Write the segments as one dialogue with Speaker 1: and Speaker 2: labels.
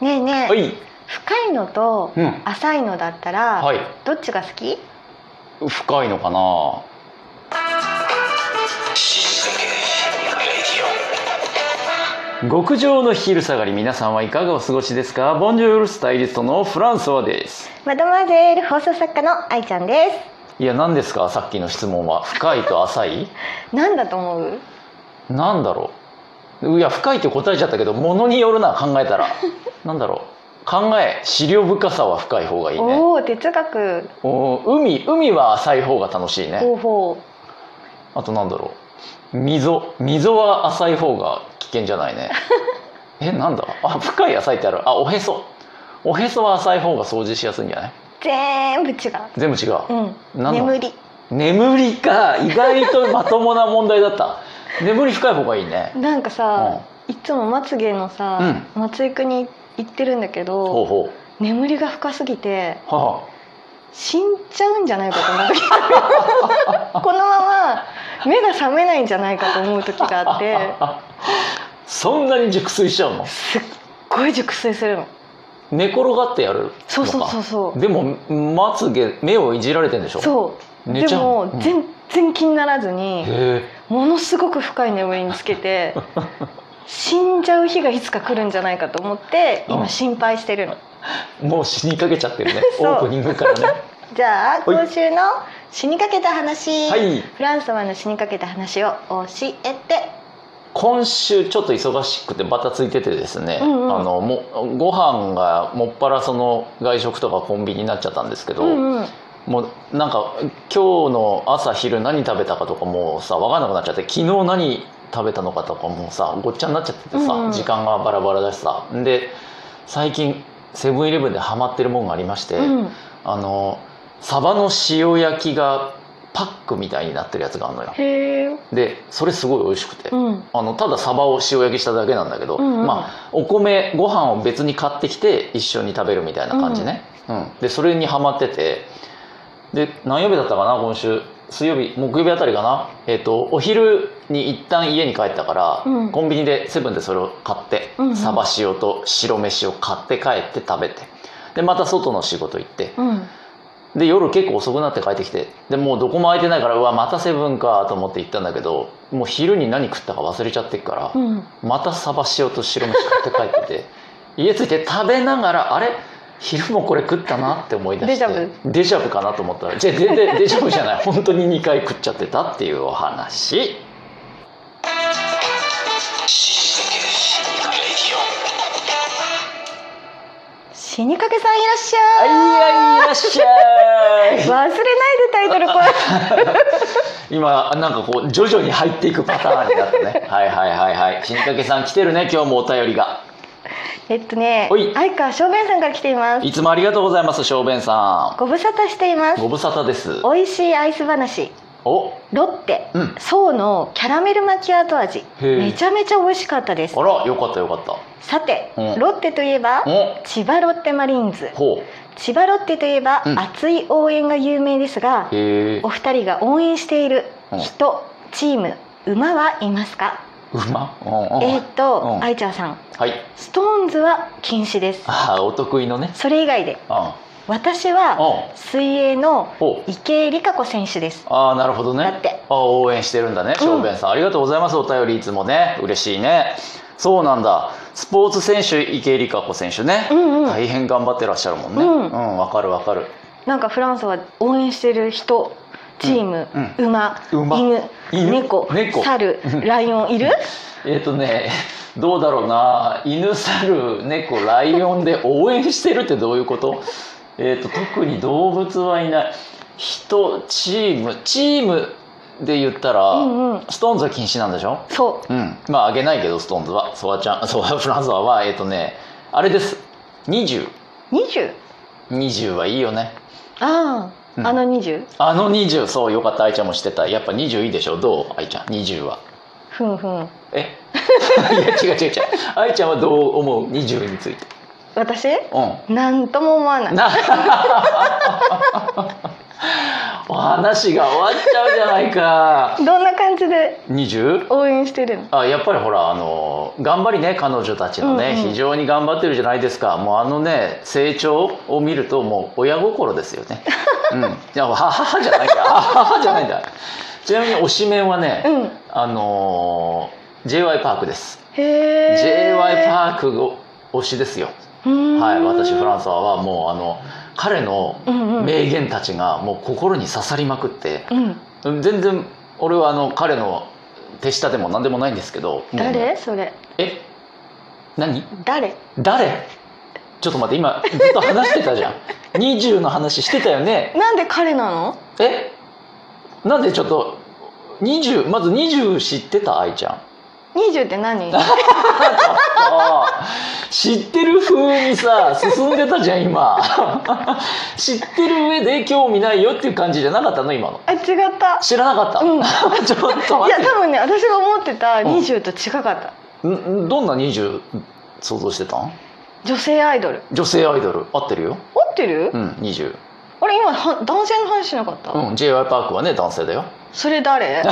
Speaker 1: ねえねえ、
Speaker 2: はい、
Speaker 1: 深いのと
Speaker 2: うん、
Speaker 1: 浅いのだったら、
Speaker 2: はい、
Speaker 1: どっちが好き
Speaker 2: 深いのかな。極上の昼下がり皆さんはいかがお過ごしですかボンジョールスタイリストのフランソワです
Speaker 1: マドマゼール放送作家の愛ちゃんで
Speaker 2: いや何ですかさっきの質問は深いと浅い
Speaker 1: すなんだと思う
Speaker 2: なんだろういや深いって答えちゃったけどものによるな考えたら なんだろう考え資料深さは深い方がいいね
Speaker 1: おお哲学
Speaker 2: おー海海は浅い方が楽しいね
Speaker 1: 方法
Speaker 2: あとなんだろう溝溝は浅い方が危険じゃな いねえなんだあ深い浅いってあるあおへそおへそは浅い方が掃除しやすいんじゃない
Speaker 1: 全部違う
Speaker 2: 全部違う、
Speaker 1: うん
Speaker 2: 何の
Speaker 1: 眠り
Speaker 2: 眠りか意外とまともな問題 だった眠り深い方がいいね
Speaker 1: なんかさ、いつもまつげのさ、
Speaker 2: う
Speaker 1: 松井くんに行ってるんだけ
Speaker 2: ほう
Speaker 1: ど
Speaker 2: ほ
Speaker 1: 眠りが深すぎて
Speaker 2: うは
Speaker 1: 死んじゃうんじゃないかと思 う時このまま目が覚めないんじゃないかと思う時があっ
Speaker 2: あ、
Speaker 1: て
Speaker 2: あそんなに熟睡しちゃうの
Speaker 1: すっごい熟睡するの
Speaker 2: 寝転がってやるのか
Speaker 1: そうそうそうそう
Speaker 2: でもまつげ目をいじられてんでしょ
Speaker 1: そう
Speaker 2: 寝
Speaker 1: で
Speaker 2: ちゃう
Speaker 1: も、
Speaker 2: うん
Speaker 1: 全然気にならずに
Speaker 2: へ
Speaker 1: ものすごく深い眠りにつけ て死んじゃう日がいつか来るんじゃないかと思って
Speaker 2: う
Speaker 1: 今
Speaker 2: ん
Speaker 1: 心配してるの、
Speaker 2: えもう死にかけちゃってるね オ
Speaker 1: そう
Speaker 2: ープニングからね
Speaker 1: じゃあ
Speaker 2: ほい
Speaker 1: 今週の「死にかけた話」
Speaker 2: はい
Speaker 1: フランスマンの死にかけた話を教えて
Speaker 2: 今週ちょっと忙しくてバタついててですね、
Speaker 1: うんうん
Speaker 2: あのもご飯がもっぱらその外食とかコンビニになっちゃったんですけど、
Speaker 1: うんうん
Speaker 2: もうなんか今日の朝昼何食べたかとかもうさ分かんなくなっちゃって昨日何食べたのかとかもうさごっちゃになっちゃっててさ、
Speaker 1: うんうん
Speaker 2: 時間がバラバラだしさで最近セブンイレブンでハマってるもんがありまして、
Speaker 1: うん
Speaker 2: あのサバの塩焼きがパックみたいになってるやつがあるのよ
Speaker 1: へえ
Speaker 2: でそれすごい美味しくて、
Speaker 1: うん
Speaker 2: あのただサバを塩焼きしただけなんだけど、
Speaker 1: うんうん
Speaker 2: まあお米ご飯を別に買ってきて一緒に食べるみたいな感じね、うんでそれにハマっててで何曜日だったかな今週水曜日木曜日あたりかなえっ、とお昼に一旦家に帰ったから、
Speaker 1: うん
Speaker 2: コンビニでセブンでそれを買って、
Speaker 1: うんうん
Speaker 2: サバ塩と白飯を買って帰って食べてでまた外の仕事行って
Speaker 1: うん
Speaker 2: で夜結構遅くなって帰ってきてでもうどこも空いてないからうわまたセブンかと思って行ったんだけどもう昼に何食ったか忘れちゃってっから、
Speaker 1: うん
Speaker 2: またサバ塩と白飯買って帰ってて 家着いて食べながらあれ昼もこれ食ったなって思い出して
Speaker 1: デジャ
Speaker 2: デジャブかなと思ったらじゃあ全然デジャブじゃない本当に2回食っちゃってたっていうお話
Speaker 1: 死にかけさんいらっし
Speaker 2: あ
Speaker 1: ゃ
Speaker 2: い
Speaker 1: い
Speaker 2: やいらっしゃい
Speaker 1: 忘れないでタイトルこ れ
Speaker 2: 今なんかこう徐々に入っていくパターンになって ねはいはいはいはい死にかけさん来てるね今日もお便りが
Speaker 1: えっとね
Speaker 2: ほい
Speaker 1: 相川正弁さんから来ています
Speaker 2: いつもありがとうございます小便さ
Speaker 1: ご無沙汰していま
Speaker 2: ん
Speaker 1: す
Speaker 2: ご無沙汰です
Speaker 1: 美味しいアイス話
Speaker 2: お
Speaker 1: ロッテ
Speaker 2: うん
Speaker 1: 層のキャラメルマキアート味
Speaker 2: へえ
Speaker 1: めちゃめちゃ美味しかったです
Speaker 2: あらよかったよかっ
Speaker 1: さて、
Speaker 2: うん
Speaker 1: ロッテといえば
Speaker 2: たお
Speaker 1: 千葉ロッテマリーンズ
Speaker 2: ほ
Speaker 1: 千葉ロッテといえば、
Speaker 2: うん
Speaker 1: 熱い応援が有名ですが
Speaker 2: うへえ
Speaker 1: お二人が応援している
Speaker 2: うん
Speaker 1: 人、チーム馬はいますか、
Speaker 2: 馬うんうん
Speaker 1: えーっと、
Speaker 2: うん
Speaker 1: 愛ちゃんさん
Speaker 2: はい
Speaker 1: ストーンズは禁止です
Speaker 2: ああお得意のね
Speaker 1: それ以外で
Speaker 2: うん
Speaker 1: 私は
Speaker 2: うん
Speaker 1: 水泳の
Speaker 2: ほう
Speaker 1: 池江璃花子選手です
Speaker 2: ああなるほどね
Speaker 1: だって
Speaker 2: あー応援してるんだね
Speaker 1: うん
Speaker 2: 小便さん、ありがとうございますお便りいつもね嬉しいねそうなんだスポーツ選手池江璃花子選手ね、
Speaker 1: うんうん
Speaker 2: 大変頑張ってらっしゃるもんね
Speaker 1: う
Speaker 2: うん
Speaker 1: ん
Speaker 2: わ、かるわかる
Speaker 1: なんかフランスは応援してる人チーム、
Speaker 2: う
Speaker 1: 馬
Speaker 2: 馬
Speaker 1: 犬
Speaker 2: 犬
Speaker 1: 猫
Speaker 2: 猫
Speaker 1: 猿
Speaker 2: うん
Speaker 1: ライオンいる
Speaker 2: えっ、とね どうだろうな犬猿猫ライオンで応援してるってどういうことえっと特に動物はいない人チームチームで言ったら、
Speaker 1: うんうん
Speaker 2: ストーンズは禁止なんでしょ
Speaker 1: そ
Speaker 2: うん、まああげないけどストーンズはソワちゃんソ ワフランソワはえっ、とねあれです2020
Speaker 1: 20
Speaker 2: はいいよね
Speaker 1: ああ、
Speaker 2: うん
Speaker 1: あの 20?
Speaker 2: あの20そうよかった愛ちゃんもしてたやっぱ20いいでしょどう愛ちゃん20は
Speaker 1: ふんふん
Speaker 2: え いや違う違う違う愛ちゃんはどう思う20について
Speaker 1: 私
Speaker 2: うん
Speaker 1: なんとも思わない
Speaker 2: な お話が終わっちゃうじゃないか
Speaker 1: どんな感じで
Speaker 2: 20?
Speaker 1: 応援してるの
Speaker 2: あやっぱりほらあの頑張りね彼女たちのね、
Speaker 1: うんうん
Speaker 2: 非常に頑張ってるじゃないですかもうあのね成長を見るともう親心ですよ ねうんいや母じゃないんだ母じゃないんだちなみに推しメンはね、
Speaker 1: うん
Speaker 2: あのー j y パークです、
Speaker 1: へえ
Speaker 2: j y パークを推しですよ、はい私フラン
Speaker 1: ス
Speaker 2: ソワはもうあの彼の
Speaker 1: うんうん
Speaker 2: 名言たちがもう心に刺さりまくって、
Speaker 1: うん
Speaker 2: 全然俺はあの彼の手下でも何でもないんですけどもうね
Speaker 1: 誰それ
Speaker 2: え何
Speaker 1: 誰
Speaker 2: 誰ちょっと待って今ずっと話してた じゃん20の話してたよね
Speaker 1: なんで彼なの
Speaker 2: えなんでちょっと20まず20知ってた愛ちゃん
Speaker 1: 20って何
Speaker 2: あー知ってる風にさ進んでたじゃん今知ってる上で興味ないよっていう感じじゃなかったの今の
Speaker 1: あ違った
Speaker 2: 知らなかった、
Speaker 1: うん
Speaker 2: ちょっと
Speaker 1: い
Speaker 2: 待
Speaker 1: や
Speaker 2: っ
Speaker 1: 多分ね私が思ってた
Speaker 2: うん
Speaker 1: 20と違かった、
Speaker 2: てんんどんな20想像してたん
Speaker 1: 女性アイドル
Speaker 2: 女性アイドル合ってるよ
Speaker 1: 合ってる、
Speaker 2: うん20
Speaker 1: あれ今は男性の話しなかった、
Speaker 2: うん j y パークはね男性だよ
Speaker 1: それ 誰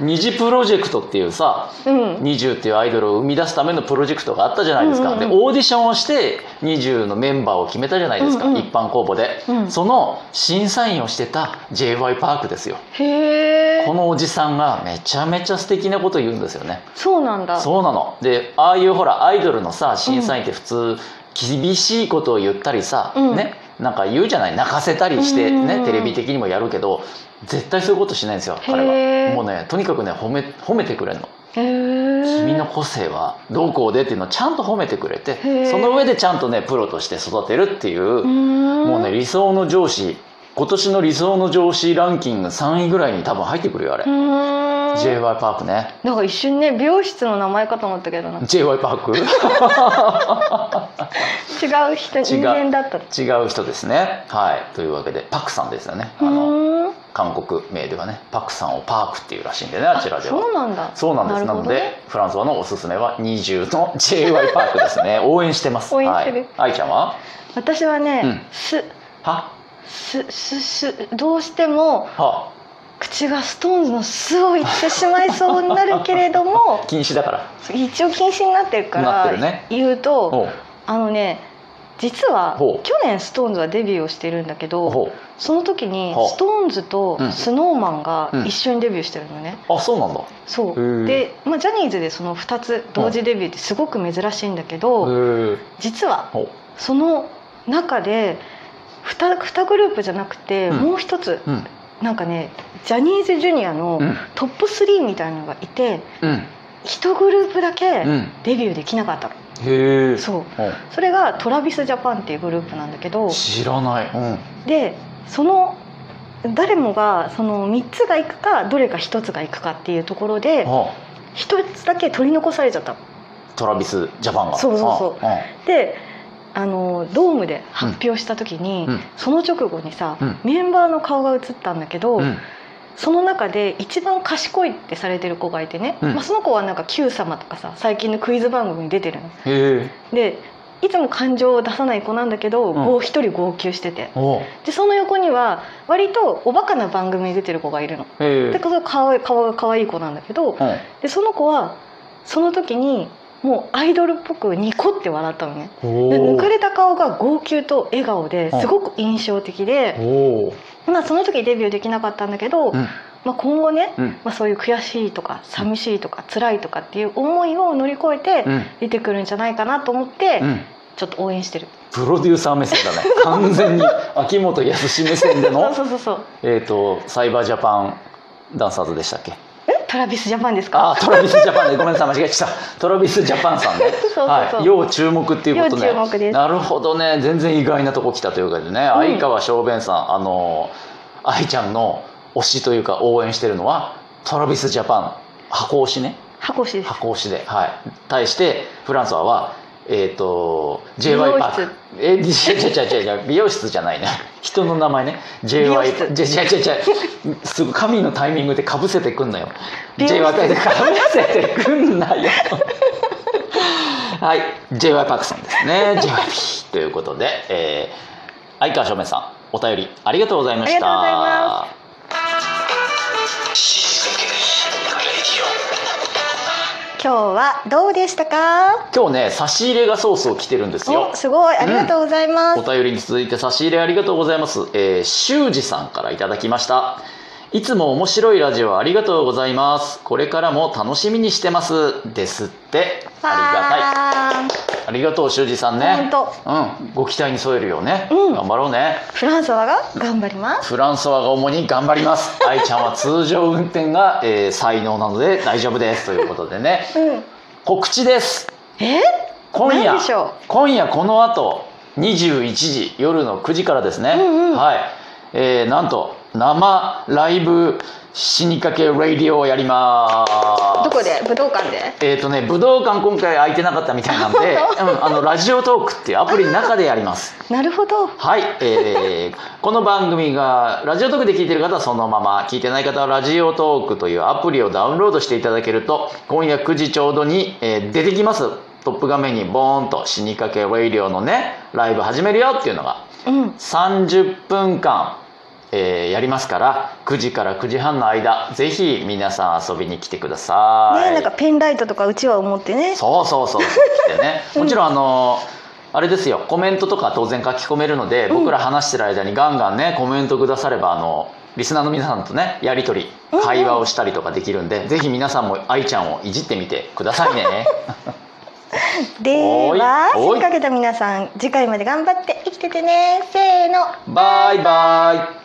Speaker 2: 二次プロジェクトっていうさ
Speaker 1: うん
Speaker 2: 20っていうアイドルを生み出すためのプロジェクトがあったじゃないですか、
Speaker 1: うんうんうん
Speaker 2: でオーディションをして20のメンバーを決めたじゃないですか、
Speaker 1: うんうん
Speaker 2: 一般公募で、
Speaker 1: うん
Speaker 2: その審査員をしてた j y パークですよ
Speaker 1: へえ
Speaker 2: このおじさんがめちゃめちゃ素敵なこと言うんですよね
Speaker 1: そうなんだ
Speaker 2: そうなのでああいうほらアイドルのさ審査員って普通厳しいことを言ったりさ、
Speaker 1: うん
Speaker 2: ねなんか言うじゃない泣かせたりして
Speaker 1: うんうん
Speaker 2: ね、
Speaker 1: うん
Speaker 2: テレビ的にもやるけど絶対そういうことしないんですよ彼
Speaker 1: へー
Speaker 2: はもうねとにかくね褒め褒めてくれるの
Speaker 1: へえ
Speaker 2: 君の個性はどうこうでっていうのをちゃんと褒めてくれ
Speaker 1: へー
Speaker 2: てその上でちゃんとねプロとして育てるっていう
Speaker 1: ー
Speaker 2: う、
Speaker 1: ん
Speaker 2: もうね理想の上司今年の理想の上司ランキング3位ぐらいに多分入ってくるよあれ、
Speaker 1: うーん
Speaker 2: j y パークね
Speaker 1: なんか一瞬ね美容室の名前かと思ったけどな
Speaker 2: j y パーク
Speaker 1: 違う人人間だった
Speaker 2: 違う人ですねはいというわけでパクさんですよねあの
Speaker 1: の
Speaker 2: 韓国名ではねパクさんをパークっていうらしいんでねあちらでは
Speaker 1: そうなんだ
Speaker 2: そうなんですな,、
Speaker 1: なる
Speaker 2: の
Speaker 1: ほどね
Speaker 2: でフランスはのおすすめは20の j y パークですね応援してます
Speaker 1: 応援してる
Speaker 2: はい、愛ちゃんは
Speaker 1: 私はね、
Speaker 2: うん
Speaker 1: す
Speaker 2: は
Speaker 1: すすすどうしても
Speaker 2: は
Speaker 1: 口がストーンズの「す」を言ってしまいそうになるけれども
Speaker 2: 禁止だから
Speaker 1: 一応禁止になってるか
Speaker 2: なっ
Speaker 1: ら
Speaker 2: てるね
Speaker 1: 言うと、
Speaker 2: ほ
Speaker 1: あのね実は
Speaker 2: ほう
Speaker 1: 去年ストーンズはデビューをしてるんだけ
Speaker 2: う
Speaker 1: ど
Speaker 2: ほ
Speaker 1: その時に
Speaker 2: ほう
Speaker 1: ストーンズと
Speaker 2: うん
Speaker 1: スノーマンが
Speaker 2: うん
Speaker 1: 一緒にデビューしてるのね、
Speaker 2: うあそうなんだ
Speaker 1: そ
Speaker 2: へ
Speaker 1: うで、
Speaker 2: え
Speaker 1: まあ、ジャニーズでその2つ同時デビューってすごく珍しいんだけど、
Speaker 2: へえ
Speaker 1: 実は
Speaker 2: ほ
Speaker 1: その中で 2, 2グループじゃなくて、
Speaker 2: うん
Speaker 1: もう一つ
Speaker 2: ううん
Speaker 1: なんかねジャニーズジュニアの
Speaker 2: うん
Speaker 1: トップ3みたいなのがいて
Speaker 2: うん
Speaker 1: 1グループだけ
Speaker 2: うん
Speaker 1: デビューできなかったの、
Speaker 2: へえ
Speaker 1: そう
Speaker 2: ほう
Speaker 1: それがトラビスジャパンっていうグループなんだけど
Speaker 2: 知らないうん
Speaker 1: でその誰もがその3つが行くかどれか1つが行くかっていうところで
Speaker 2: は
Speaker 1: 1つだけ取り残されちゃったの
Speaker 2: トラビスジャパンが
Speaker 1: そうそうそう
Speaker 2: は
Speaker 1: であのドームで発表した時に、
Speaker 2: うん
Speaker 1: その直後にさ、
Speaker 2: うん
Speaker 1: メンバーの顔が映ったんだけど、
Speaker 2: うんうん
Speaker 1: その中で一番賢いってされてる子がいてね、
Speaker 2: うん
Speaker 1: まあ、その子はなんか『Q 様』とかさ最近のクイズ番組に出てるの。
Speaker 2: へえ
Speaker 1: でいつも感情を出さない子なんだけど、
Speaker 2: うん
Speaker 1: 号一人号泣してて
Speaker 2: おう
Speaker 1: でその横には割とおバカな番組に出てる子がいるの。
Speaker 2: へえ
Speaker 1: でこそ顔顔が可愛い子なんだけど
Speaker 2: うん
Speaker 1: でその子はその時にもうアイドルっぽくニコって笑ったのね。で
Speaker 2: お
Speaker 1: 抜かれた顔が号泣と笑顔ですごく印象的で、
Speaker 2: おお
Speaker 1: まあ、その時デビューできなかったんだけど、
Speaker 2: うん
Speaker 1: まあ、今後ね、
Speaker 2: うん
Speaker 1: まあ、そういう悔しいとか寂しいとか辛いとかっていう思いを乗り越えて
Speaker 2: うん
Speaker 1: 出てくるんじゃないかなと思って
Speaker 2: うん
Speaker 1: ちょっと応援してる、
Speaker 2: プロデューサー目線 だね完全に秋元康目線での
Speaker 1: そうそうそうそう
Speaker 2: えっとサイバージャパンダンサーズでしたっけ
Speaker 1: えトラビスジャパンですか
Speaker 2: あトラビスジャパンねごめんなさい間違えちゃったトラビスジャパンさんね
Speaker 1: そうそう
Speaker 2: はい、要注目っていうことね
Speaker 1: 要注目です
Speaker 2: なるほどね全然意外なとこ来たというかでね、相川小便さんあの愛ちゃんの推しというか応援してるのはトラビスジャパン箱推しね
Speaker 1: 箱推しです
Speaker 2: 箱推しではい対してフランソワはえっ、と j y パークえ違う違う違う違う美容室じゃないね 人の名前ね j
Speaker 1: 容
Speaker 2: y 違う
Speaker 1: 室
Speaker 2: 違う違うすぐ神のタイミングでかぶせてくんなよ
Speaker 1: 美容室
Speaker 2: j y パークでかぶせてく んなよはい j y パークさんですね j y p ということで、えー、相川照明さんお便りありがとうございま
Speaker 1: あ
Speaker 2: した
Speaker 1: りがとうございます今日はどうでしたか
Speaker 2: 今日ね差し入れがソースを着てるんですよ
Speaker 1: おすごいありがとうございます、
Speaker 2: お便りに続いて差し入れありがとうございます、えー、修二さんからいただきましたいつも面白いラジオありがとうございますこれからも楽しみにしてますですって
Speaker 1: あり
Speaker 2: あ
Speaker 1: がたい
Speaker 2: りがたいありがとう修二さんね
Speaker 1: 本
Speaker 2: うんご期待に添えるようね、
Speaker 1: うん
Speaker 2: 頑張ろうね
Speaker 1: フランソワが頑張ります
Speaker 2: フランソワが主に頑張ります 愛ちゃんは通常運転が、えー才能なので大丈夫ですということでね
Speaker 1: うん
Speaker 2: 告知です
Speaker 1: え
Speaker 2: 今夜
Speaker 1: 何でしょ
Speaker 2: 今夜この後21時夜の9時からですね、
Speaker 1: うんうん
Speaker 2: はい、えーなんと生ライブ死にかけラディオをやります
Speaker 1: どこで武道館で
Speaker 2: えっ、とね武道館今回空いてなかったみた いなんで、うん、あのラジオトークっていうアプリの中でやります
Speaker 1: なるほど
Speaker 2: はい、えー この番組がラジオトークで聞いてる方はそのまま聞いてない方はラジオトークというアプリをダウンロードしていただけると今夜9時ちょうどに、えー出てきますトップ画面にボーンと「死にかけウェイリオ」のねライブ始めるよっていうのが
Speaker 1: うん
Speaker 2: 30分間、えーやりますから9時から9時半の間ぜひ皆さん遊びに来てください。
Speaker 1: ねなんかペンライトとかうちわを持ってね
Speaker 2: そうそうそうそう来てね もちろんあのあれですよコメントとか当然書き込めるので
Speaker 1: ん
Speaker 2: 僕ら話してる間にガンガンねコメントくださればあのリスナーの皆さんとねやり取
Speaker 1: うん
Speaker 2: り
Speaker 1: うん
Speaker 2: 会話をしたりとかできるんでぜひ皆さんも愛ちゃんをいじってみてください ね
Speaker 1: では
Speaker 2: おいおい
Speaker 1: せっかけた皆さん次回まで頑張って生きててねせーの
Speaker 2: バイバイ